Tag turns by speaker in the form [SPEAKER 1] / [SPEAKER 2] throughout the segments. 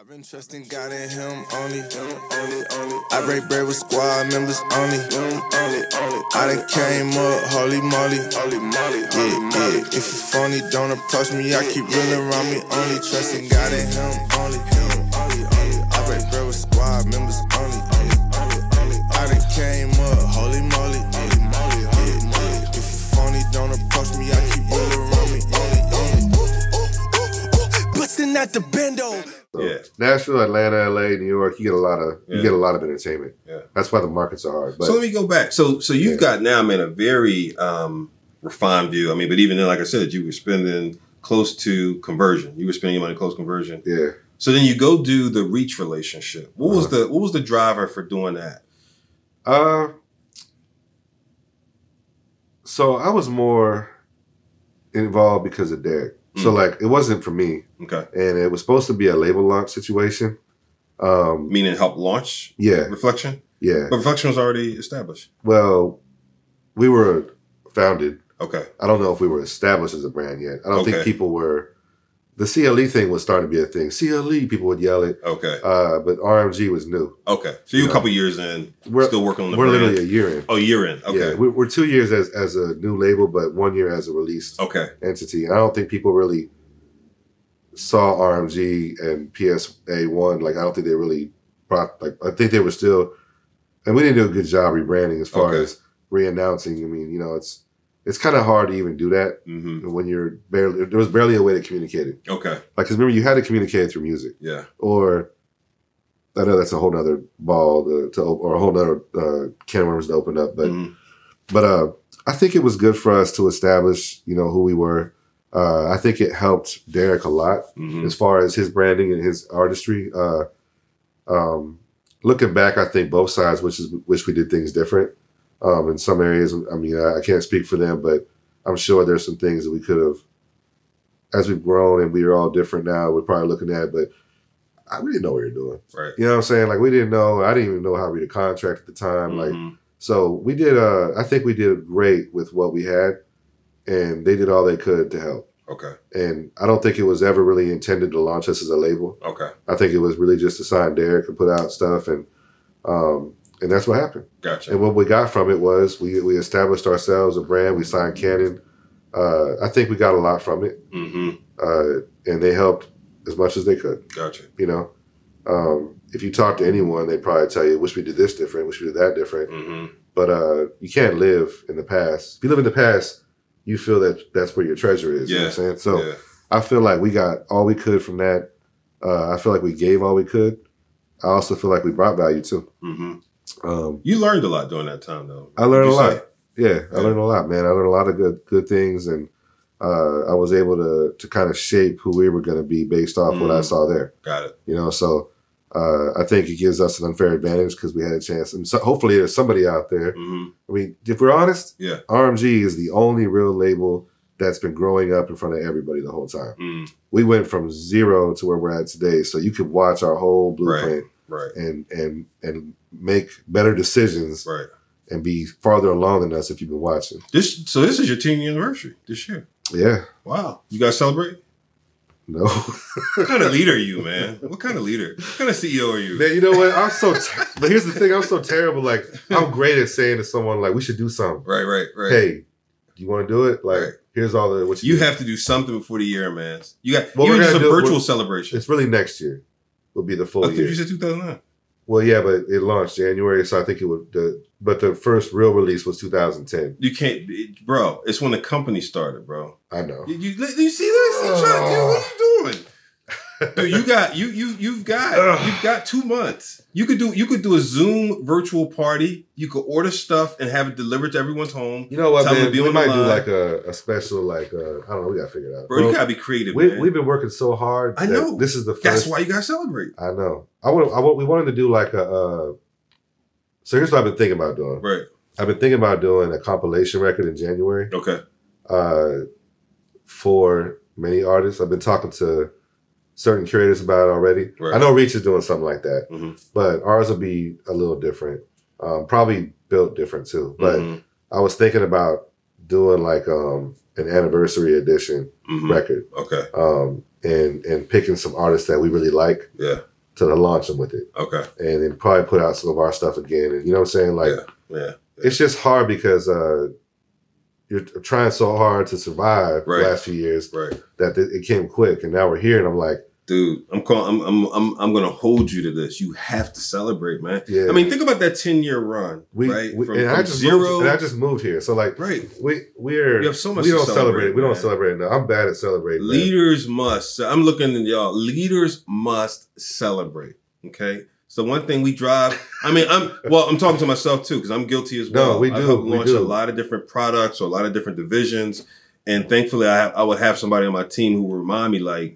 [SPEAKER 1] I've been trusting God and Him only. only, only. I break bread with squad members only. only, only. I done came up, holy moly, holy moly, holy yeah, moly. Yeah. If you phony, don't approach me. I keep reeling around me, only trusting God and Him only. Him only, only. I break bread with squad members only. only, only, only. I done came up, holy moly, holy moly, holy yeah, moly. If you phony, don't approach me. I keep reeling around me, only, only. Busting out the bendo.
[SPEAKER 2] So
[SPEAKER 3] Yeah.
[SPEAKER 2] Nashville, Atlanta, LA, New York, you get a lot of you
[SPEAKER 3] Yeah.
[SPEAKER 2] get a lot of entertainment.
[SPEAKER 3] Yeah.
[SPEAKER 2] That's why the markets are hard. But
[SPEAKER 3] so let me go back. So so you've
[SPEAKER 2] Yeah.
[SPEAKER 3] got now, man, a very um, refined view. I mean, but even then, like I said, you were spending close to conversion. You were spending your money close to conversion.
[SPEAKER 2] yeah.
[SPEAKER 3] So then you go do the reach relationship. What was
[SPEAKER 2] Uh-huh.
[SPEAKER 3] the what was the driver for doing that?
[SPEAKER 2] Uh so I was more involved because of Derek.
[SPEAKER 3] Mm.
[SPEAKER 2] So like it wasn't for me.
[SPEAKER 3] Okay,
[SPEAKER 2] And it was supposed to be a label launch situation. Um
[SPEAKER 3] meaning help launch
[SPEAKER 2] yeah,
[SPEAKER 3] reflection.
[SPEAKER 2] yeah.
[SPEAKER 3] But reflection was already established.
[SPEAKER 2] Well, we were founded.
[SPEAKER 3] Okay,
[SPEAKER 2] I don't know if we were established as a brand yet. I don't think
[SPEAKER 3] Okay.
[SPEAKER 2] people were the CLE thing was starting to be a thing. CLE people would yell it.
[SPEAKER 3] okay,
[SPEAKER 2] Uh, but RMG was new.
[SPEAKER 3] okay. So you're a couple years in,
[SPEAKER 2] We're-
[SPEAKER 3] still working on the
[SPEAKER 2] We're
[SPEAKER 3] brand.
[SPEAKER 2] literally a year in.
[SPEAKER 3] oh, year in. Okay,
[SPEAKER 2] Yeah, we- we're two years as, as a new label, but one year as a released
[SPEAKER 3] okay,
[SPEAKER 2] entity. And I don't think people really saw RMG and PSA one. Like I don't think they really brought. Like I think they were still, and we didn't do a good job rebranding as far
[SPEAKER 3] Okay.
[SPEAKER 2] as re-announcing. I mean, you know, it's it's kind of hard to even do that
[SPEAKER 3] hmm
[SPEAKER 2] when you're barely there was barely a way to communicate it.
[SPEAKER 3] okay,
[SPEAKER 2] Like, cause remember you had to communicate it through music
[SPEAKER 3] yeah,
[SPEAKER 2] or. I know that's a whole nother ball to, to op- or a whole nother uh, can of worms to open up, but
[SPEAKER 3] Mhm.
[SPEAKER 2] but uh, I think it was good for us to establish, you know, who we were. Uh, I think it helped Derek a lot
[SPEAKER 3] Mhm.
[SPEAKER 2] as far as his branding and his artistry. Uh, um, looking back, I think both sides, which is which we did things different um, in some areas. I mean, I, I can't speak for them, but I'm sure there's some things that we could have, as we've grown and we are all different now. We're probably looking at, but I, we didn't know what we were doing.
[SPEAKER 3] right.
[SPEAKER 2] You know what I'm saying? Like we didn't know. I didn't even know how to read a contract at the time. Like
[SPEAKER 3] Mhm.
[SPEAKER 2] so we did. Uh, I think we did great with what we had, and they did all they could to help.
[SPEAKER 3] okay,
[SPEAKER 2] And I don't think it was ever really intended to launch us as a label.
[SPEAKER 3] okay,
[SPEAKER 2] I think it was really just to sign Derek and put out stuff, and um, and that's what happened.
[SPEAKER 3] gotcha.
[SPEAKER 2] And what we got from it was we we established ourselves a brand. We signed Canon. Uh, I think we got a lot from it,
[SPEAKER 3] hmm
[SPEAKER 2] uh, and they helped as much as they could.
[SPEAKER 3] Gotcha.
[SPEAKER 2] You know, um, if you talk to anyone, they probably tell you, "Wish we did this different. Wish we did that different."
[SPEAKER 3] hmm
[SPEAKER 2] but uh, you can't live in the past. If you live in the past, you feel that that's where your treasure is. You know
[SPEAKER 3] Yeah.
[SPEAKER 2] what I'm saying? So
[SPEAKER 3] yeah.
[SPEAKER 2] I feel like we got all we could from that. Uh, I feel like we gave all we could. I also feel like we brought value too.
[SPEAKER 3] hmm
[SPEAKER 2] Um,
[SPEAKER 3] You learned a lot during that time, though.
[SPEAKER 2] I learned
[SPEAKER 3] Would you
[SPEAKER 2] a lot.
[SPEAKER 3] say?
[SPEAKER 2] Yeah, I
[SPEAKER 3] Yeah.
[SPEAKER 2] learned a lot, man. I learned a lot of good good things, and uh, I was able to to kind of shape who we were going to be based off what I
[SPEAKER 3] Mm.
[SPEAKER 2] saw there.
[SPEAKER 3] Got it.
[SPEAKER 2] You know, so uh, I think it gives us an unfair advantage because we had a chance, and so hopefully there's somebody out there
[SPEAKER 3] hmm
[SPEAKER 2] I mean, if we're honest,
[SPEAKER 3] Yeah.
[SPEAKER 2] RMG is the only real label that's been growing up in front of everybody the whole time.
[SPEAKER 3] mm
[SPEAKER 2] We went from zero to where we're at today, so you could watch our whole blueprint
[SPEAKER 3] Right.
[SPEAKER 2] and and and make better decisions
[SPEAKER 3] Right.
[SPEAKER 2] and be farther along than us if you've been watching.
[SPEAKER 3] This. So this is your 10 year anniversary this year.
[SPEAKER 2] Yeah,
[SPEAKER 3] Wow. You guys celebrate?
[SPEAKER 2] no,
[SPEAKER 3] What kind of leader are you, man? What kind of leader? What kind of CEO are you?
[SPEAKER 2] man, you know what? I'm so. Ter- but here's the thing: I'm so terrible. Like I'm great at saying to someone, like, "We should do something."
[SPEAKER 3] Right. Right. Right.
[SPEAKER 2] Hey, you want to do it? Like,
[SPEAKER 3] Right.
[SPEAKER 2] here's all the what you,
[SPEAKER 3] You
[SPEAKER 2] do.
[SPEAKER 3] have to do something before the year, man. You got
[SPEAKER 2] What
[SPEAKER 3] even
[SPEAKER 2] we're
[SPEAKER 3] just a
[SPEAKER 2] gonna do-
[SPEAKER 3] virtual
[SPEAKER 2] we're-
[SPEAKER 3] celebration.
[SPEAKER 2] It's really next year. Will be the full
[SPEAKER 3] I think
[SPEAKER 2] year.
[SPEAKER 3] Oh, you said 2009.
[SPEAKER 2] Well, yeah, but it launched January, so I think it would. The, but the first real release was 2010.
[SPEAKER 3] You can't, it- bro. It's when the company started, bro.
[SPEAKER 2] I know.
[SPEAKER 3] You, you, you see this? You trying to do? What are you doing? Dude, you got you you you've got
[SPEAKER 2] Ugh.
[SPEAKER 3] you've got two months. You could do you could do a Zoom virtual party. You could order stuff and have it delivered to everyone's home.
[SPEAKER 2] You know what,
[SPEAKER 3] Tell me
[SPEAKER 2] man?
[SPEAKER 3] to be
[SPEAKER 2] We
[SPEAKER 3] on
[SPEAKER 2] might
[SPEAKER 3] the
[SPEAKER 2] do
[SPEAKER 3] line.
[SPEAKER 2] like a, a special, like uh, I don't know. We gotta figure it out.
[SPEAKER 3] Bro, you gotta be creative,
[SPEAKER 2] we,
[SPEAKER 3] man.
[SPEAKER 2] we've been working so hard.
[SPEAKER 3] I
[SPEAKER 2] that
[SPEAKER 3] know.
[SPEAKER 2] This is the first.
[SPEAKER 3] That's why you gotta celebrate.
[SPEAKER 2] I know. I want. I want. We wanted to do like a. Uh, so here's what I've been thinking about doing.
[SPEAKER 3] Right.
[SPEAKER 2] I've been thinking about doing a compilation record in January
[SPEAKER 3] Okay.
[SPEAKER 2] uh, for many artists. I've been talking to certain curators about it already.
[SPEAKER 3] Right.
[SPEAKER 2] I know Reach is doing something like that,
[SPEAKER 3] Mhm.
[SPEAKER 2] but ours will be a little different. Um, probably built different too. But
[SPEAKER 3] Mhm.
[SPEAKER 2] I was thinking about doing like um, an anniversary edition
[SPEAKER 3] Mhm.
[SPEAKER 2] record
[SPEAKER 3] Okay.
[SPEAKER 2] um, and and picking some artists that we really like
[SPEAKER 3] Yeah.
[SPEAKER 2] to launch them with it.
[SPEAKER 3] Okay.
[SPEAKER 2] and then probably put out some of our stuff again. And you know what I'm saying? Like
[SPEAKER 3] Yeah.
[SPEAKER 2] it's just hard because uh, you're trying so hard to survive
[SPEAKER 3] Right.
[SPEAKER 2] the last few years
[SPEAKER 3] Right.
[SPEAKER 2] that th- it came quick, and now we're here, and I'm like,
[SPEAKER 3] Dude, I'm calling. I'm, I'm. I'm. I'm. gonna hold you to this. You have to celebrate, man.
[SPEAKER 2] yeah.
[SPEAKER 3] I mean, think about that ten year run,
[SPEAKER 2] we,
[SPEAKER 3] right?
[SPEAKER 2] we-
[SPEAKER 3] from
[SPEAKER 2] and I
[SPEAKER 3] from
[SPEAKER 2] just
[SPEAKER 3] zero.
[SPEAKER 2] moved, and I just moved here, so like
[SPEAKER 3] right.
[SPEAKER 2] we we're
[SPEAKER 3] We have so much
[SPEAKER 2] we
[SPEAKER 3] to
[SPEAKER 2] don't
[SPEAKER 3] celebrate,
[SPEAKER 2] we don't
[SPEAKER 3] man.
[SPEAKER 2] celebrate enough. I'm bad at celebrating. man.
[SPEAKER 3] Leaders must. so I'm looking at y'all. Leaders must celebrate. Okay. So one thing we drive. I mean, I'm well. I'm talking to myself too because I'm guilty as well.
[SPEAKER 2] No, we
[SPEAKER 3] I've
[SPEAKER 2] do,
[SPEAKER 3] helped
[SPEAKER 2] we
[SPEAKER 3] launch
[SPEAKER 2] do.
[SPEAKER 3] a lot of different products or a lot of different divisions, and thankfully, I have, I would have somebody on my team who would remind me like,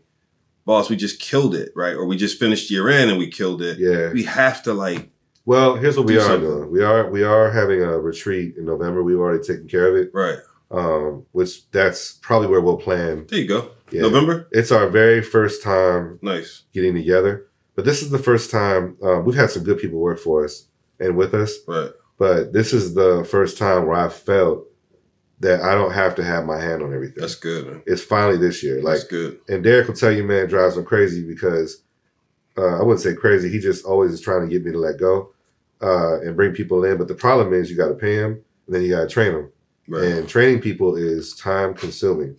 [SPEAKER 3] "Boss, we just killed it, right? Or we just finished year end and we killed it.
[SPEAKER 2] Yeah.
[SPEAKER 3] We have to like,
[SPEAKER 2] Well, here's what we
[SPEAKER 3] Do
[SPEAKER 2] are
[SPEAKER 3] something.
[SPEAKER 2] doing. We are we are having a retreat in November. We've already taken care of it,
[SPEAKER 3] right?
[SPEAKER 2] um, which that's probably where we'll plan.
[SPEAKER 3] There you go.
[SPEAKER 2] Yeah.
[SPEAKER 3] November.
[SPEAKER 2] It's our very first time
[SPEAKER 3] Nice.
[SPEAKER 2] getting together. But this is the first time uh, we've had some good people work for us and with us.
[SPEAKER 3] Right.
[SPEAKER 2] But this is the first time where I felt that I don't have to have my hand on everything.
[SPEAKER 3] That's good, man.
[SPEAKER 2] it's finally this year. Like,
[SPEAKER 3] That's good.
[SPEAKER 2] and Derek will tell you, man, it drives him crazy because uh, I wouldn't say crazy. He just always is trying to get me to let go uh, and bring people in. But the problem is, you got to pay him and then you got to train him.
[SPEAKER 3] Right.
[SPEAKER 2] And training people is time consuming.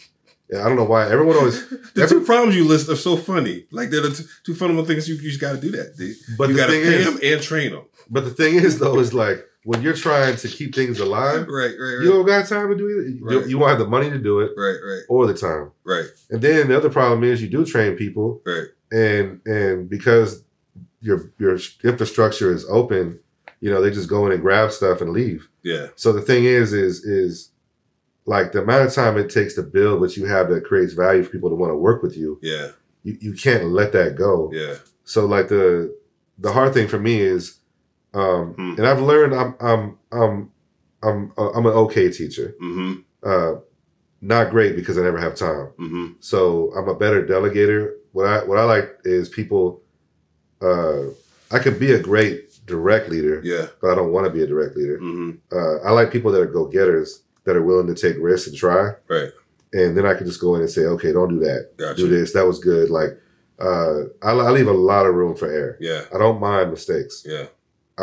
[SPEAKER 2] And I don't know why everyone always
[SPEAKER 3] The
[SPEAKER 2] Every-
[SPEAKER 3] two problems you list are so funny. Like they're the two, two fundamental things you, you just got to do that. dude.
[SPEAKER 2] But
[SPEAKER 3] you
[SPEAKER 2] the
[SPEAKER 3] got to
[SPEAKER 2] thing
[SPEAKER 3] pay
[SPEAKER 2] is-
[SPEAKER 3] them and train them.
[SPEAKER 2] But the thing is, though, is like when you're trying to keep things
[SPEAKER 3] Right,
[SPEAKER 2] alive,
[SPEAKER 3] right, right,
[SPEAKER 2] you don't got time to do it. You-
[SPEAKER 3] Right.
[SPEAKER 2] You won't have the money to do it
[SPEAKER 3] right, right,
[SPEAKER 2] or the time.
[SPEAKER 3] right,
[SPEAKER 2] And then the other problem is you do train people,
[SPEAKER 3] right.
[SPEAKER 2] and and because your your infrastructure is open, you know they just go in and grab stuff and leave.
[SPEAKER 3] Yeah,
[SPEAKER 2] So the thing is, is is like the amount of time it takes to build what you have that creates value for people to want to work with you.
[SPEAKER 3] yeah,
[SPEAKER 2] You you can't let that go.
[SPEAKER 3] yeah.
[SPEAKER 2] So like the the hard thing for me is, um,
[SPEAKER 3] Hmm.
[SPEAKER 2] and I've learned I'm I'm I'm I'm uh, I'm an okay teacher.
[SPEAKER 3] Mm
[SPEAKER 2] Uh, not great because I never have time.
[SPEAKER 3] hmm. Mm
[SPEAKER 2] So I'm a better delegator. What I what I like is people. Uh, I could be a great direct leader,
[SPEAKER 3] hmm. Yeah.
[SPEAKER 2] but I don't want to be a direct leader.
[SPEAKER 3] Mm
[SPEAKER 2] Uh, I like people that are go getters that are willing to take risks and try.
[SPEAKER 3] Right.
[SPEAKER 2] And then I can just go in and say, okay, don't do that.
[SPEAKER 3] hmm. Gotcha.
[SPEAKER 2] Do this. That was good. Like, uh, I, I leave a lot of room for error.
[SPEAKER 3] Yeah,
[SPEAKER 2] I don't mind mistakes.
[SPEAKER 3] yeah.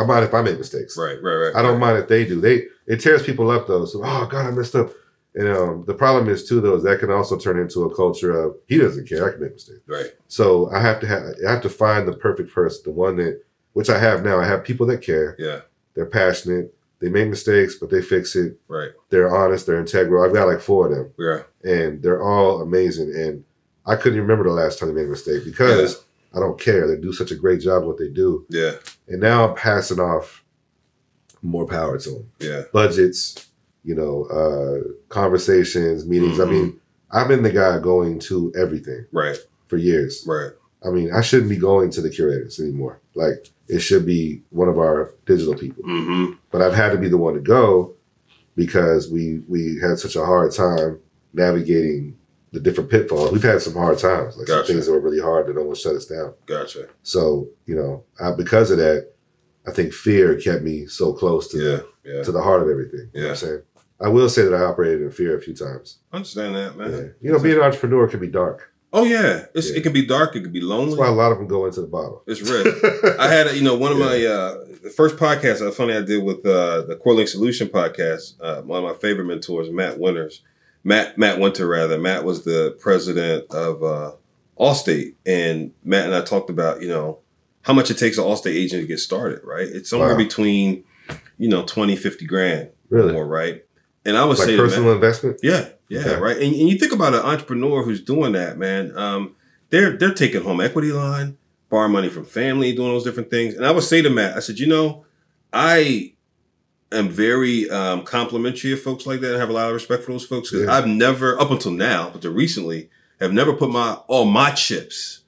[SPEAKER 2] I mind if I make mistakes.
[SPEAKER 3] Right, right, right.
[SPEAKER 2] I don't
[SPEAKER 3] right.
[SPEAKER 2] mind if they do. They it tears people up though. So oh god, I messed up. And um, the problem is too though is that can also turn into a culture of he doesn't care. I can make mistakes.
[SPEAKER 3] Right.
[SPEAKER 2] So I have to have I have to find the perfect person, the one that which I have now. I have people that care.
[SPEAKER 3] Yeah,
[SPEAKER 2] They're passionate. They make mistakes, but they fix it.
[SPEAKER 3] right.
[SPEAKER 2] They're honest. They're integral. I've got like four of them
[SPEAKER 3] Yeah.
[SPEAKER 2] and they're all amazing. And I couldn't remember the last time they made a mistake because I don't care. They do such a great job what they do.
[SPEAKER 3] Yeah,
[SPEAKER 2] And now I'm passing off more power to them.
[SPEAKER 3] yeah.
[SPEAKER 2] Budgets, you know, uh, conversations, meetings. I mean, I've been the guy going to everything
[SPEAKER 3] Right,
[SPEAKER 2] for years.
[SPEAKER 3] right.
[SPEAKER 2] I mean, I shouldn't be going to the curators anymore. Like, it should be one of our digital people.
[SPEAKER 3] Mm
[SPEAKER 2] But I've had to be the one to go because we we had such a hard time navigating the different pitfalls. We've had some hard times, like
[SPEAKER 3] Gotcha.
[SPEAKER 2] some things that were really hard that almost shut us down.
[SPEAKER 3] hmm. Gotcha.
[SPEAKER 2] So you know, I, because of that, I think fear kept me so close to
[SPEAKER 3] Yeah, yeah.
[SPEAKER 2] the, to the heart of everything. You know what
[SPEAKER 3] Yeah.
[SPEAKER 2] I'm saying? I will say that I operated in fear a few times.
[SPEAKER 3] I understand that, man.
[SPEAKER 2] Yeah. You know, being an entrepreneur can be dark.
[SPEAKER 3] Oh, yeah. It's,
[SPEAKER 2] Yeah.
[SPEAKER 3] It can be dark, it can be
[SPEAKER 2] That's
[SPEAKER 3] lonely.
[SPEAKER 2] why a lot of them go into the bottle.
[SPEAKER 3] It's risk. I had, a- you know, one of
[SPEAKER 2] Yeah.
[SPEAKER 3] my uh, the first podcasts, uh, funny I did with uh, the Core Link Solution podcast, uh, one of my favorite mentors, Matt Winters. Matt, Matt Winter, rather. Matt was the president of uh, Allstate. And Matt and I talked about, you know, how much it takes an Allstate agent to get started, right? It's somewhere
[SPEAKER 2] Wow.
[SPEAKER 3] between, you know, 20, 50 grand
[SPEAKER 2] really,
[SPEAKER 3] or right? And I would
[SPEAKER 2] like
[SPEAKER 3] say to Matt-
[SPEAKER 2] personal investment.
[SPEAKER 3] yeah, yeah,
[SPEAKER 2] Okay.
[SPEAKER 3] right. And, and you think about an entrepreneur who's doing that, man. Um, They're they're taking home equity line, borrowing money from family, doing those different things. And I would say to Matt, I said, you know, I am very um, complimentary of folks like that. I have a lot of respect for those folks because
[SPEAKER 2] Yeah.
[SPEAKER 3] I've never, up until now, but to recently, have never put my all my chips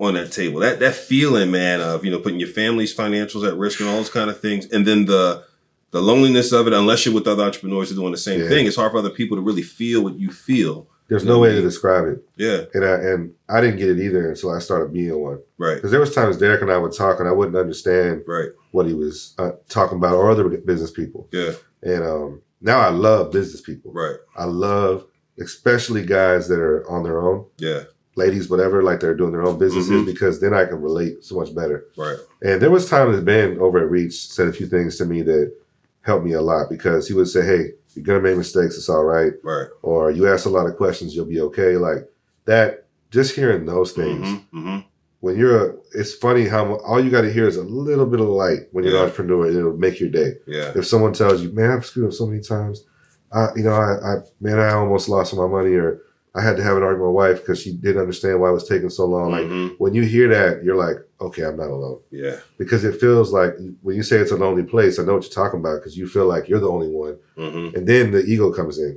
[SPEAKER 3] on that table. That that feeling, man, of you know putting your family's financials at risk and all those kind of things, and then the the loneliness of it. Unless you're with other entrepreneurs who are doing the same
[SPEAKER 2] Yeah.
[SPEAKER 3] thing, it's hard for other people to really feel what you feel.
[SPEAKER 2] There's no way to describe it,
[SPEAKER 3] Yeah,
[SPEAKER 2] and I and I didn't get it either until I started being one.
[SPEAKER 3] right,
[SPEAKER 2] Because there was times Derek and I would talk, and I wouldn't understand
[SPEAKER 3] right,
[SPEAKER 2] what he was uh, talking about or other business people.
[SPEAKER 3] yeah,
[SPEAKER 2] And um, now I love business people.
[SPEAKER 3] right,
[SPEAKER 2] I love, especially guys that are on their own,
[SPEAKER 3] yeah,
[SPEAKER 2] ladies, whatever, like they're doing their own businesses,
[SPEAKER 3] Mhm.
[SPEAKER 2] because then I can relate so much better.
[SPEAKER 3] right,
[SPEAKER 2] And there was times that Ben over at Reach said a few things to me that helped me a lot because he would say, "Hey, you're gonna make mistakes. It's all right."
[SPEAKER 3] right.
[SPEAKER 2] Or you ask a lot of questions, you'll be okay. Like that. Just hearing those things
[SPEAKER 3] Mm-hmm, mm-hmm.
[SPEAKER 2] when you're. A, it's funny how mu- all you got to hear is a little bit of light when you're
[SPEAKER 3] Yeah.
[SPEAKER 2] an entrepreneur. and It'll make your day.
[SPEAKER 3] Yeah,
[SPEAKER 2] If someone tells you, "Man, I've screwed up so many times," I, you know, I, I man, I almost lost my money, or I had to have an argument with my wife because she didn't understand why it was taking so long. Like
[SPEAKER 3] Mhm.
[SPEAKER 2] when you hear that, you're like, "Okay, I'm not alone."
[SPEAKER 3] yeah,
[SPEAKER 2] because it feels like when you say it's a lonely place, I know what you're talking about because you feel like you're the only one.
[SPEAKER 3] mm-hmm.
[SPEAKER 2] And then the ego comes in.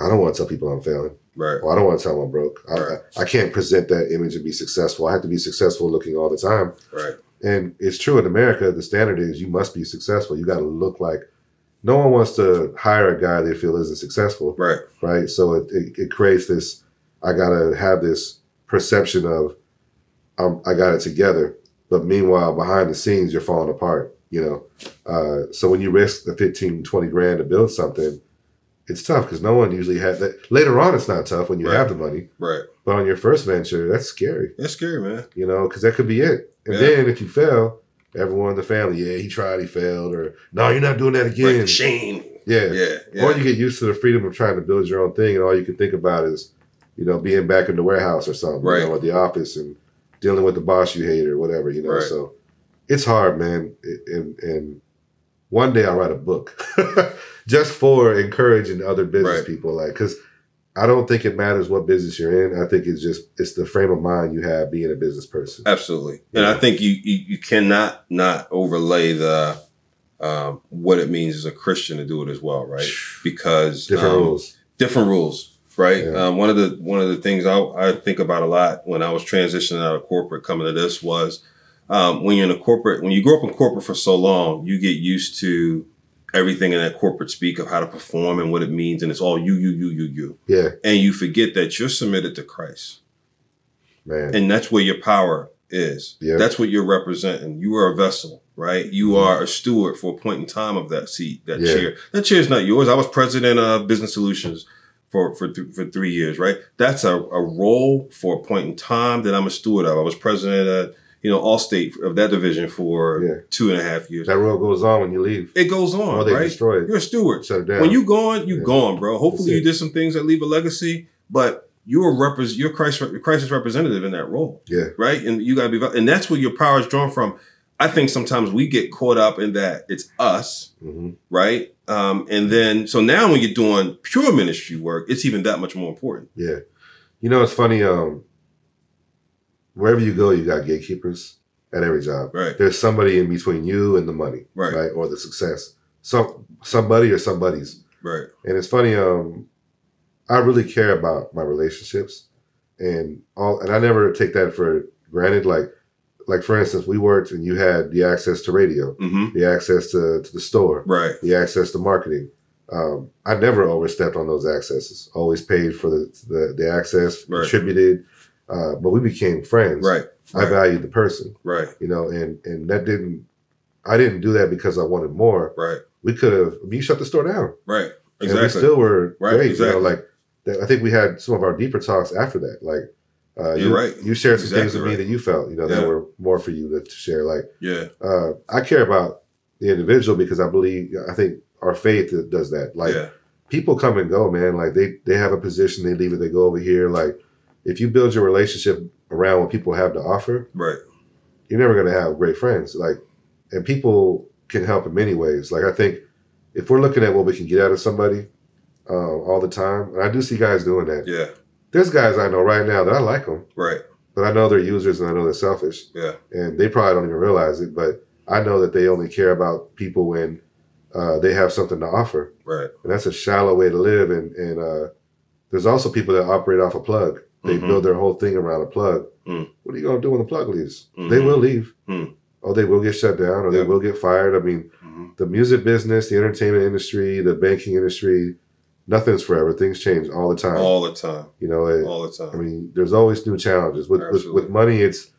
[SPEAKER 2] I don't want to tell people I'm failing.
[SPEAKER 3] right,
[SPEAKER 2] Or I don't want to tell them I'm broke. I,
[SPEAKER 3] Right.
[SPEAKER 2] I, I can't present that image and be successful. I have to be successful looking all the time.
[SPEAKER 3] right,
[SPEAKER 2] And it's true in America, the standard is you must be successful. You got to look like no one wants to hire a guy they feel isn't successful,
[SPEAKER 3] right,
[SPEAKER 2] right? So it, it, it creates this I got to have this perception of um, I got it together. But meanwhile, behind the scenes, you're falling apart, you know? Uh, so when you risk the 15, 20 grand to build something, it's tough because no one usually has that. Later on, it's not tough when you
[SPEAKER 3] Right.
[SPEAKER 2] have the money.
[SPEAKER 3] right.
[SPEAKER 2] But on your first venture, that's scary,
[SPEAKER 3] That's scary, man.
[SPEAKER 2] you know, because that could be it. And
[SPEAKER 3] Yeah.
[SPEAKER 2] then if you fail, everyone in the family, yeah, he tried, he failed, or no, you're not doing that
[SPEAKER 3] Break
[SPEAKER 2] again.
[SPEAKER 3] the shame.
[SPEAKER 2] Yeah.
[SPEAKER 3] Yeah, yeah.
[SPEAKER 2] Or you get used to the freedom of trying to build your own thing, and all you can think about is, you know, being back in the warehouse or something,
[SPEAKER 3] Right.
[SPEAKER 2] you know, at the office and dealing with the boss you hate or whatever, you know.
[SPEAKER 3] Right.
[SPEAKER 2] So it's hard, man. It- And and one day I'll write a book just for encouraging other business
[SPEAKER 3] Right.
[SPEAKER 2] people, like because I don't think it matters what business you're in. I think it's just it's the frame of mind you have being a business person.
[SPEAKER 3] Absolutely, and I
[SPEAKER 2] Yeah.
[SPEAKER 3] think you, you you cannot not overlay the um, what it means as a Christian to do it as well, right? Because
[SPEAKER 2] Different
[SPEAKER 3] um,
[SPEAKER 2] rules.
[SPEAKER 3] different rules, right?
[SPEAKER 2] Yeah.
[SPEAKER 3] Um, one of the one of the things I, I think about a lot when I was transitioning out of corporate, coming to this was um, when you're in a corporate, when you grow up in corporate for so long, you get used to everything in that corporate speak of how to perform and what it means, and it's all you, you, you, you, you,
[SPEAKER 2] Yeah,
[SPEAKER 3] and you forget that you're submitted to Christ.
[SPEAKER 2] man.
[SPEAKER 3] And that's where your power is.
[SPEAKER 2] Yeah. Mm-hmm.
[SPEAKER 3] That's what you're representing. You are a vessel, right? You are a steward for a point in time of that seat, that
[SPEAKER 2] Yeah.
[SPEAKER 3] chair. That chair is not yours. I was president of Business Solutions for for, th- for three years, right? That's a, a role for a point in time that I'm a steward of. I was president of, you know, Allstate of that division for
[SPEAKER 2] Yeah.
[SPEAKER 3] two and a half years.
[SPEAKER 2] that rule goes on when you leave,
[SPEAKER 3] It goes on,
[SPEAKER 2] or they
[SPEAKER 3] right?
[SPEAKER 2] destroy it,
[SPEAKER 3] You're a steward.
[SPEAKER 2] shut it down.
[SPEAKER 3] When you gone, you
[SPEAKER 2] Yeah.
[SPEAKER 3] gone, bro. Hopefully
[SPEAKER 2] That's
[SPEAKER 3] you
[SPEAKER 2] it.
[SPEAKER 3] did some things that leave a legacy, but you're a repres you're Christ Christ's representative in that role.
[SPEAKER 2] Yeah.
[SPEAKER 3] Right? And you gotta be and that's where your power is drawn from. I think sometimes we get caught up in that it's us,
[SPEAKER 2] hmm
[SPEAKER 3] right? Um, and then so now when you're doing pure ministry work, it's even that much more important.
[SPEAKER 2] Yeah. You know, it's funny. Um, wherever you go, you got gatekeepers at every job.
[SPEAKER 3] Right,
[SPEAKER 2] There's somebody in between you and the money,
[SPEAKER 3] Right.
[SPEAKER 2] Or the success. Some somebody or somebody's.
[SPEAKER 3] right,
[SPEAKER 2] And it's funny. Um, I really care about my relationships, and all, and I never take that for granted. Like, like for instance, we worked, and you had the access to radio,
[SPEAKER 3] mm-hmm.
[SPEAKER 2] the access to, to the store,
[SPEAKER 3] Right,
[SPEAKER 2] the access to marketing. Um, I never overstepped on those accesses. Always paid for the the, the access,
[SPEAKER 3] Right.
[SPEAKER 2] contributed, uh, but we became friends.
[SPEAKER 3] right,
[SPEAKER 2] I valued the person,
[SPEAKER 3] right,
[SPEAKER 2] you know, and and that didn't. I didn't do that because I wanted more.
[SPEAKER 3] right,
[SPEAKER 2] We could have. You shut the store down,
[SPEAKER 3] right.
[SPEAKER 2] and we
[SPEAKER 3] Exactly.
[SPEAKER 2] still were
[SPEAKER 3] Right,
[SPEAKER 2] great.
[SPEAKER 3] exactly.
[SPEAKER 2] You know, like that, I think we had some of our deeper talks after that. Like uh,
[SPEAKER 3] You're
[SPEAKER 2] you,
[SPEAKER 3] right.
[SPEAKER 2] You shared some things
[SPEAKER 3] Exactly
[SPEAKER 2] with me
[SPEAKER 3] right.
[SPEAKER 2] that you felt, you know,
[SPEAKER 3] Yeah.
[SPEAKER 2] that were more for you to, to share. Like
[SPEAKER 3] yeah,
[SPEAKER 2] uh, I care about the individual because I believe I think our faith does that. Like
[SPEAKER 3] yeah,
[SPEAKER 2] people come and go, man. Like they they have a position, they leave it, they go over here. Like if you build your relationship around what people have to offer,
[SPEAKER 3] right,
[SPEAKER 2] you're never gonna have great friends. Like and people can help in many ways. Like I think if we're looking at what we can get out of somebody uh, all the time, and I do see guys doing that.
[SPEAKER 3] yeah,
[SPEAKER 2] There's guys I know right now that I like them,
[SPEAKER 3] right,
[SPEAKER 2] But I know they're users and I know they're selfish.
[SPEAKER 3] Yeah.
[SPEAKER 2] And they probably don't even realize it, but I know that they only care about people when uh, they have something to offer.
[SPEAKER 3] Right.
[SPEAKER 2] And that's a shallow way to live. And, and uh, there's also people that operate off a plug. They
[SPEAKER 3] Mhm.
[SPEAKER 2] build their whole thing around a plug.
[SPEAKER 3] Mm.
[SPEAKER 2] What are you going to do when the plug leaves? They
[SPEAKER 3] Mhm.
[SPEAKER 2] will leave.
[SPEAKER 3] Mm.
[SPEAKER 2] Or they will get shut down or they
[SPEAKER 3] Yep.
[SPEAKER 2] will get fired. I mean,
[SPEAKER 3] hmm
[SPEAKER 2] the music business, the entertainment industry, the banking industry, nothing's forever. Things change all the time.
[SPEAKER 3] All the time.
[SPEAKER 2] you know, it,
[SPEAKER 3] All the time.
[SPEAKER 2] I mean, there's always new challenges with, with
[SPEAKER 3] Absolutely.
[SPEAKER 2] with money. It's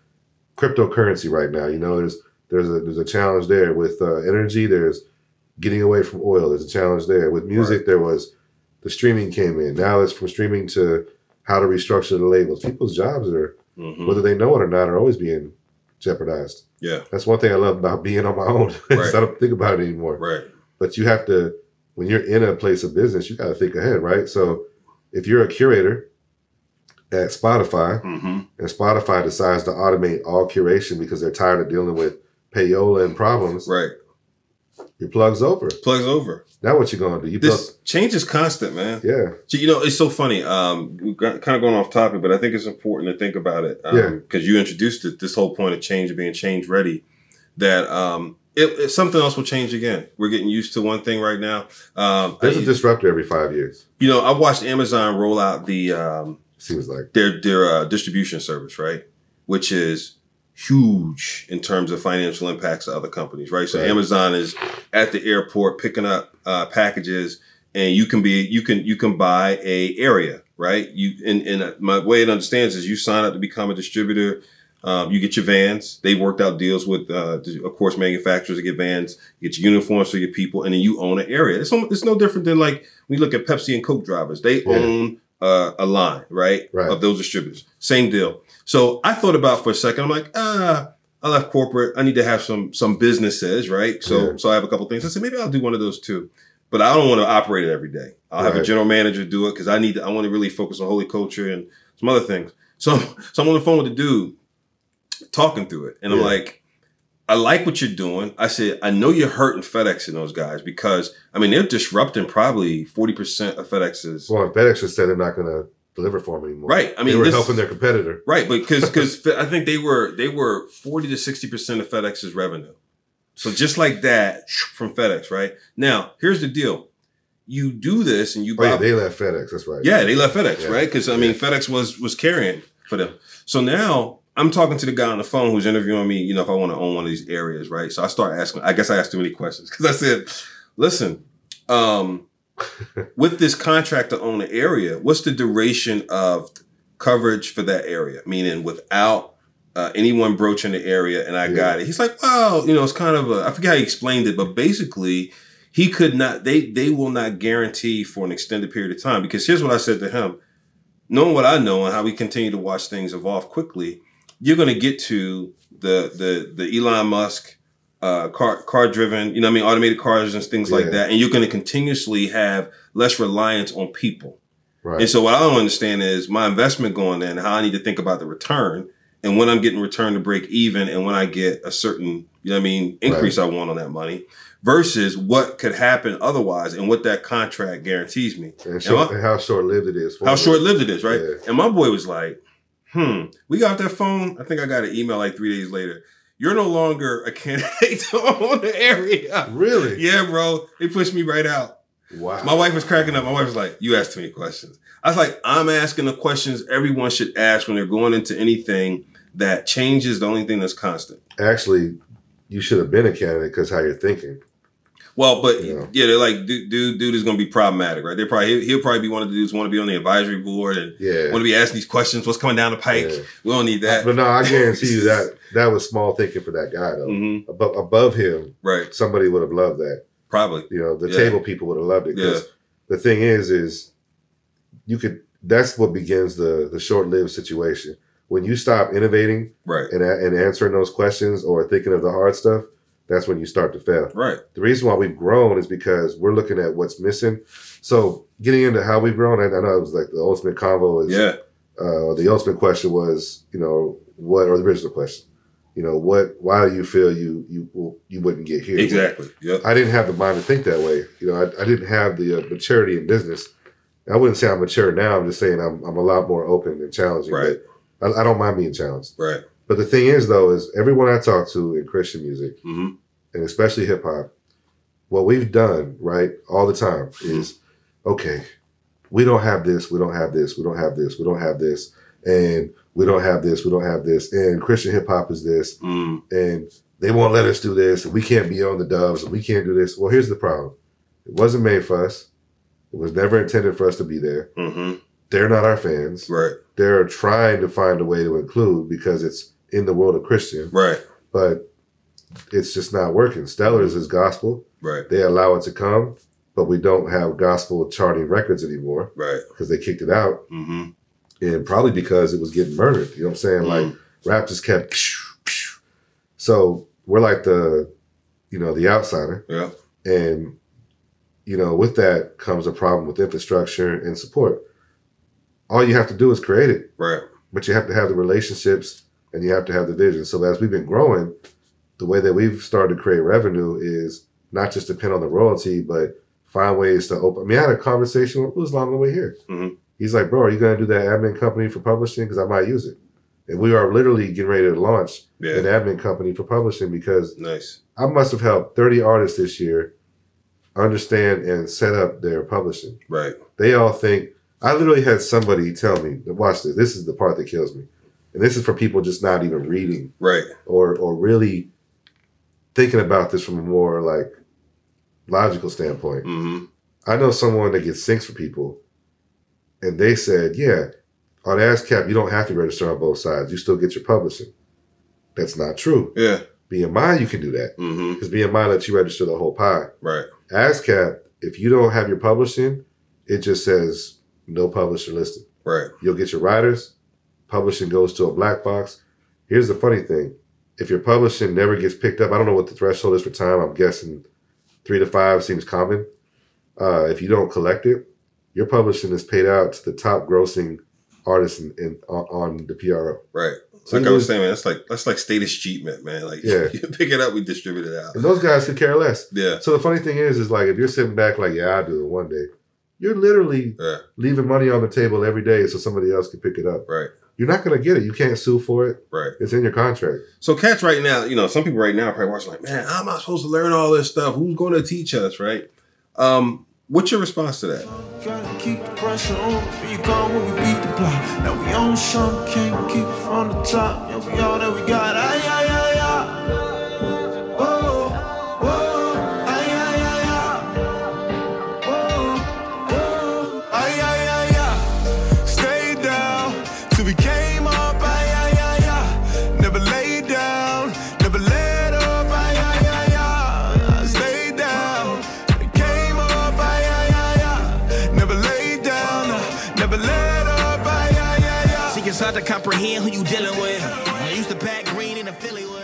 [SPEAKER 2] cryptocurrency right now. You know, there's there's a there's a challenge there with uh, energy. There's getting away from oil. There's a challenge there with music. There was the streaming came in. Now it's from streaming to how to restructure the labels. People's jobs are
[SPEAKER 3] Mhm.
[SPEAKER 2] whether they know it or not are always being jeopardized.
[SPEAKER 3] Yeah.
[SPEAKER 2] That's one thing I love about being on my own. is
[SPEAKER 3] Right.
[SPEAKER 2] I don't think about it anymore.
[SPEAKER 3] Right.
[SPEAKER 2] But you have to when you're in a place of business, you got to think ahead, right? So if you're a curator at Spotify,
[SPEAKER 3] hmm
[SPEAKER 2] and Spotify decides to automate all curation because they're tired of dealing with payola and problems,
[SPEAKER 3] Right.
[SPEAKER 2] your plug's over.
[SPEAKER 3] Plugs over.
[SPEAKER 2] Now what you gonna do? You
[SPEAKER 3] This change is constant, man.
[SPEAKER 2] plug, yeah,
[SPEAKER 3] So, you know, it's so funny. Um, we got kind of going off topic, but I think it's important to think about it. Um,
[SPEAKER 2] Yeah.
[SPEAKER 3] Because you introduced it, this whole point of change being change ready, that um, it, it- something else will change again. We're getting used to one thing right now. Um,
[SPEAKER 2] there's
[SPEAKER 3] I-
[SPEAKER 2] a disruptor every five years.
[SPEAKER 3] you know, I watched Amazon roll out the um,
[SPEAKER 2] Seems like
[SPEAKER 3] their their uh, distribution service, right? Which is huge in terms of financial impacts to other companies, right? So
[SPEAKER 2] Right.
[SPEAKER 3] Amazon is at the airport picking up uh, packages, and you can be you can you can buy a area, right? You and and uh, my way it understands is you sign up to become a distributor. Um, you get your vans. They worked out deals with, uh, of course, manufacturers to get vans, get your uniforms for your people, and then you own an area. It's, no- it's no different than like we look at Pepsi and Coke drivers. They
[SPEAKER 2] Yeah.
[SPEAKER 3] own uh, a line, right?
[SPEAKER 2] Right.
[SPEAKER 3] Of those distributors. Same deal. So I thought about it for a second. I'm like, ah, I left corporate. I need to have some some businesses, right? So
[SPEAKER 2] Yeah.
[SPEAKER 3] so I have a couple things. I said maybe I'll do one of those too, but I don't want to operate it every day. I'll have a
[SPEAKER 2] Right.
[SPEAKER 3] general manager do it because I need to, I want to really focus on holy culture and some other things. So so I'm on the phone with the dude talking through it, and I'm
[SPEAKER 2] Yeah.
[SPEAKER 3] like. I like what you're doing. I said, I know you're hurting FedEx and those guys because I mean they're disrupting probably 40% of FedEx's
[SPEAKER 2] well, FedEx just said they're not gonna deliver for them anymore.
[SPEAKER 3] Right. I mean,
[SPEAKER 2] they were
[SPEAKER 3] this-
[SPEAKER 2] helping their competitor.
[SPEAKER 3] Right, but because I think they were they were forty to sixty percent of FedEx's revenue. So just like that from FedEx, right? Now here's the deal: you do this and you
[SPEAKER 2] Oh
[SPEAKER 3] buy.
[SPEAKER 2] yeah, they left FedEx. That's right.
[SPEAKER 3] Yeah, they left FedEx,
[SPEAKER 2] Yeah.
[SPEAKER 3] right? Because I mean, FedEx was was carrying for them. So now I'm talking to the guy on the phone who's interviewing me. You know, if I want to own one of these areas, right? So I start asking. I guess I asked too many questions because I said, "Listen, um, with this contract to own an area, what's the duration of coverage for that area? Meaning without." Uh, anyone broaching the area, and I
[SPEAKER 2] Yeah.
[SPEAKER 3] got it. He's like, "Wow, you know, it's kind of a." I forget how he explained it, but basically, he could not they they will not guarantee for an extended period of time because here's what i said to him knowing what i know and how we continue to watch things evolve quickly you're going to get to the the the elon musk uh, car car driven you know what i mean automated cars and things like
[SPEAKER 2] Yeah.
[SPEAKER 3] that and you're going to continuously have less reliance on people
[SPEAKER 2] Right.
[SPEAKER 3] and so what i don't understand is my investment going in how i need to think about the return and when i'm getting return to break even and when i get a certain you know what i mean increase i want on that money versus what could happen otherwise and what that contract guarantees me.
[SPEAKER 2] and, short,
[SPEAKER 3] Am
[SPEAKER 2] and how short lived it is. For
[SPEAKER 3] How
[SPEAKER 2] them.
[SPEAKER 3] short lived it is, right?
[SPEAKER 2] Yeah.
[SPEAKER 3] And my boy was like, hmm, we got that phone. I think I got an email like three days later. You're no longer a candidate to own the area.
[SPEAKER 2] Really?
[SPEAKER 3] Yeah, bro. It pushed me right out.
[SPEAKER 2] Wow.
[SPEAKER 3] My wife was cracking up. My wife was like, You asked too many questions. I was like, I'm asking the questions everyone should ask when they're going into anything that changes the only thing that's constant.
[SPEAKER 2] Actually, you should have been a candidate because how you're thinking.
[SPEAKER 3] Well, but yeah,
[SPEAKER 2] Yeah.
[SPEAKER 3] they're like, dude, dude, dude is going to be problematic, right? They're probably he'll, he'll probably be one of the dudes want to be on the advisory board and
[SPEAKER 2] Yeah.
[SPEAKER 3] want to be asking these questions. What's coming down the pike?
[SPEAKER 2] Yeah.
[SPEAKER 3] We don't need that.
[SPEAKER 2] But no, I guarantee you that that was small thinking for that guy though.
[SPEAKER 3] hmm
[SPEAKER 2] Above, above him,
[SPEAKER 3] Right,
[SPEAKER 2] somebody would have loved that.
[SPEAKER 3] probably.
[SPEAKER 2] you know the
[SPEAKER 3] Yeah.
[SPEAKER 2] table people would have loved it 'cause the thing is is you could that's what begins the the short-lived situation when you stop innovating
[SPEAKER 3] Right,
[SPEAKER 2] and, a- and answering those questions or thinking of the hard stuff that's when you start to fail
[SPEAKER 3] right,
[SPEAKER 2] the reason why we've grown is because we're looking at what's missing so getting into how we've grown i, I know it was like the ultimate convo is
[SPEAKER 3] yeah,
[SPEAKER 2] uh, the ultimate question was, you know, what or the original question, you know, what? Why do you feel you you you wouldn't get here?
[SPEAKER 3] exactly. Yep.
[SPEAKER 2] I didn't have the mind to think that way. You know, I, I didn't have the uh, maturity in business. I wouldn't say I'm mature now. I'm just saying I'm, I'm a lot more open and challenging.
[SPEAKER 3] Right.
[SPEAKER 2] But I, I don't mind being challenged.
[SPEAKER 3] Right.
[SPEAKER 2] But the thing is, though, is everyone I talk to in Christian music
[SPEAKER 3] hmm
[SPEAKER 2] and especially hip hop, what we've done right all the time is okay. We don't have this. We don't have this. We don't have this. We don't have this. And we don't have this. We don't have this. And Christian hip hop is this
[SPEAKER 3] Mm.
[SPEAKER 2] and they won't let us do this, and we can't be on the doves, and we can't do this. Well, here's the problem: it wasn't made for us. It was never intended for us to be there.
[SPEAKER 3] Mm-hmm.
[SPEAKER 2] They're not our fans.
[SPEAKER 3] Right.
[SPEAKER 2] They're trying to find a way to include because it's in the world of Christian,
[SPEAKER 3] Right.
[SPEAKER 2] but it's just not working. Stellars is gospel.
[SPEAKER 3] Right.
[SPEAKER 2] They allow it to come, but we don't have gospel charting records anymore
[SPEAKER 3] Right.
[SPEAKER 2] because they kicked it out,
[SPEAKER 3] Mm-hmm.
[SPEAKER 2] and probably because it was getting murdered. You know what I'm saying? Like rap just kept. So we're like the, you know, the outsider,
[SPEAKER 3] yeah.
[SPEAKER 2] and you know, with that comes a problem with infrastructure and support. All you have to do is create it,
[SPEAKER 3] Right.
[SPEAKER 2] but you have to have the relationships and you have to have the vision. So as we've been growing, the way that we've started to create revenue is not just depend on the royalty, but find ways to open. I mean, I had a conversation with Uzlan on the way here.
[SPEAKER 3] Mhm.
[SPEAKER 2] He's like, "Bro, are you going to do that admin company for publishing? Because I might use it." And we are literally getting ready to launch
[SPEAKER 3] Yeah.
[SPEAKER 2] an admin company for publishing because
[SPEAKER 3] nice.
[SPEAKER 2] I must have helped 30 artists this year understand and set up their publishing.
[SPEAKER 3] Right.
[SPEAKER 2] They all think, I literally had somebody tell me, watch this, this is the part that kills me. And this is for people just not even reading
[SPEAKER 3] Right.
[SPEAKER 2] or, or really thinking about this from a more like logical standpoint.
[SPEAKER 3] Mm-hmm.
[SPEAKER 2] I know someone that gets syncs for people and they said, yeah, on ASCAP, you don't have to register on both sides. You still get your publishing. That's not true.
[SPEAKER 3] Yeah.
[SPEAKER 2] BMI, you can do that
[SPEAKER 3] Mm-hmm.
[SPEAKER 2] because BMI lets you register the whole pie.
[SPEAKER 3] Right.
[SPEAKER 2] ASCAP, if you don't have your publishing, it just says no publisher listed.
[SPEAKER 3] Right.
[SPEAKER 2] You'll get your writers. Publishing goes to a black box. Here's the funny thing: if your publishing never gets picked up, I don't know what the threshold is for time. I'm guessing three to five seems common. Uh, if you don't collect it, your publishing is paid out to the top grossing artists in, in, on, on the PRO.
[SPEAKER 3] Right.
[SPEAKER 2] So
[SPEAKER 3] like
[SPEAKER 2] you
[SPEAKER 3] I was
[SPEAKER 2] lose-
[SPEAKER 3] saying, man, that's like that's like status treatment, man. Like
[SPEAKER 2] Yeah.
[SPEAKER 3] you pick it up, we distribute it out.
[SPEAKER 2] And those guys could care less.
[SPEAKER 3] Yeah.
[SPEAKER 2] So the funny thing is, is like if you're sitting back like, yeah, I'll do it one day, you're literally
[SPEAKER 3] Yeah.
[SPEAKER 2] leaving money on the table every day so somebody else can pick it up.
[SPEAKER 3] Right.
[SPEAKER 2] You're not gonna get it. You can't sue for it.
[SPEAKER 3] Right.
[SPEAKER 2] It's in your contract.
[SPEAKER 3] So cats right now, you know, some people right now are probably watching like, man, how am I supposed to learn all this stuff? Who's going to teach us, right? Um, what's your response to that?
[SPEAKER 4] Gotta keep the pressure on. When you gone, when we beat the block. Now we on some, can't keep it from the top. Yeah, we all that we got. Ay, ay, ay, ay. Whoa, whoa. Ay, ay, ay, ay. Whoa, whoa. Ay, ay, ay, ay. Stay down till we came up. Ay, ay, ay, ay. Never lay down, never let up. Ay, ay, ay, ay. Stay down. Came up, ay, ay, ay, ay. Never laid down, never let up, ay, ay, ay, ay.
[SPEAKER 5] See, it's hard to comprehend who you dealing with. I used to pack green in the Philly.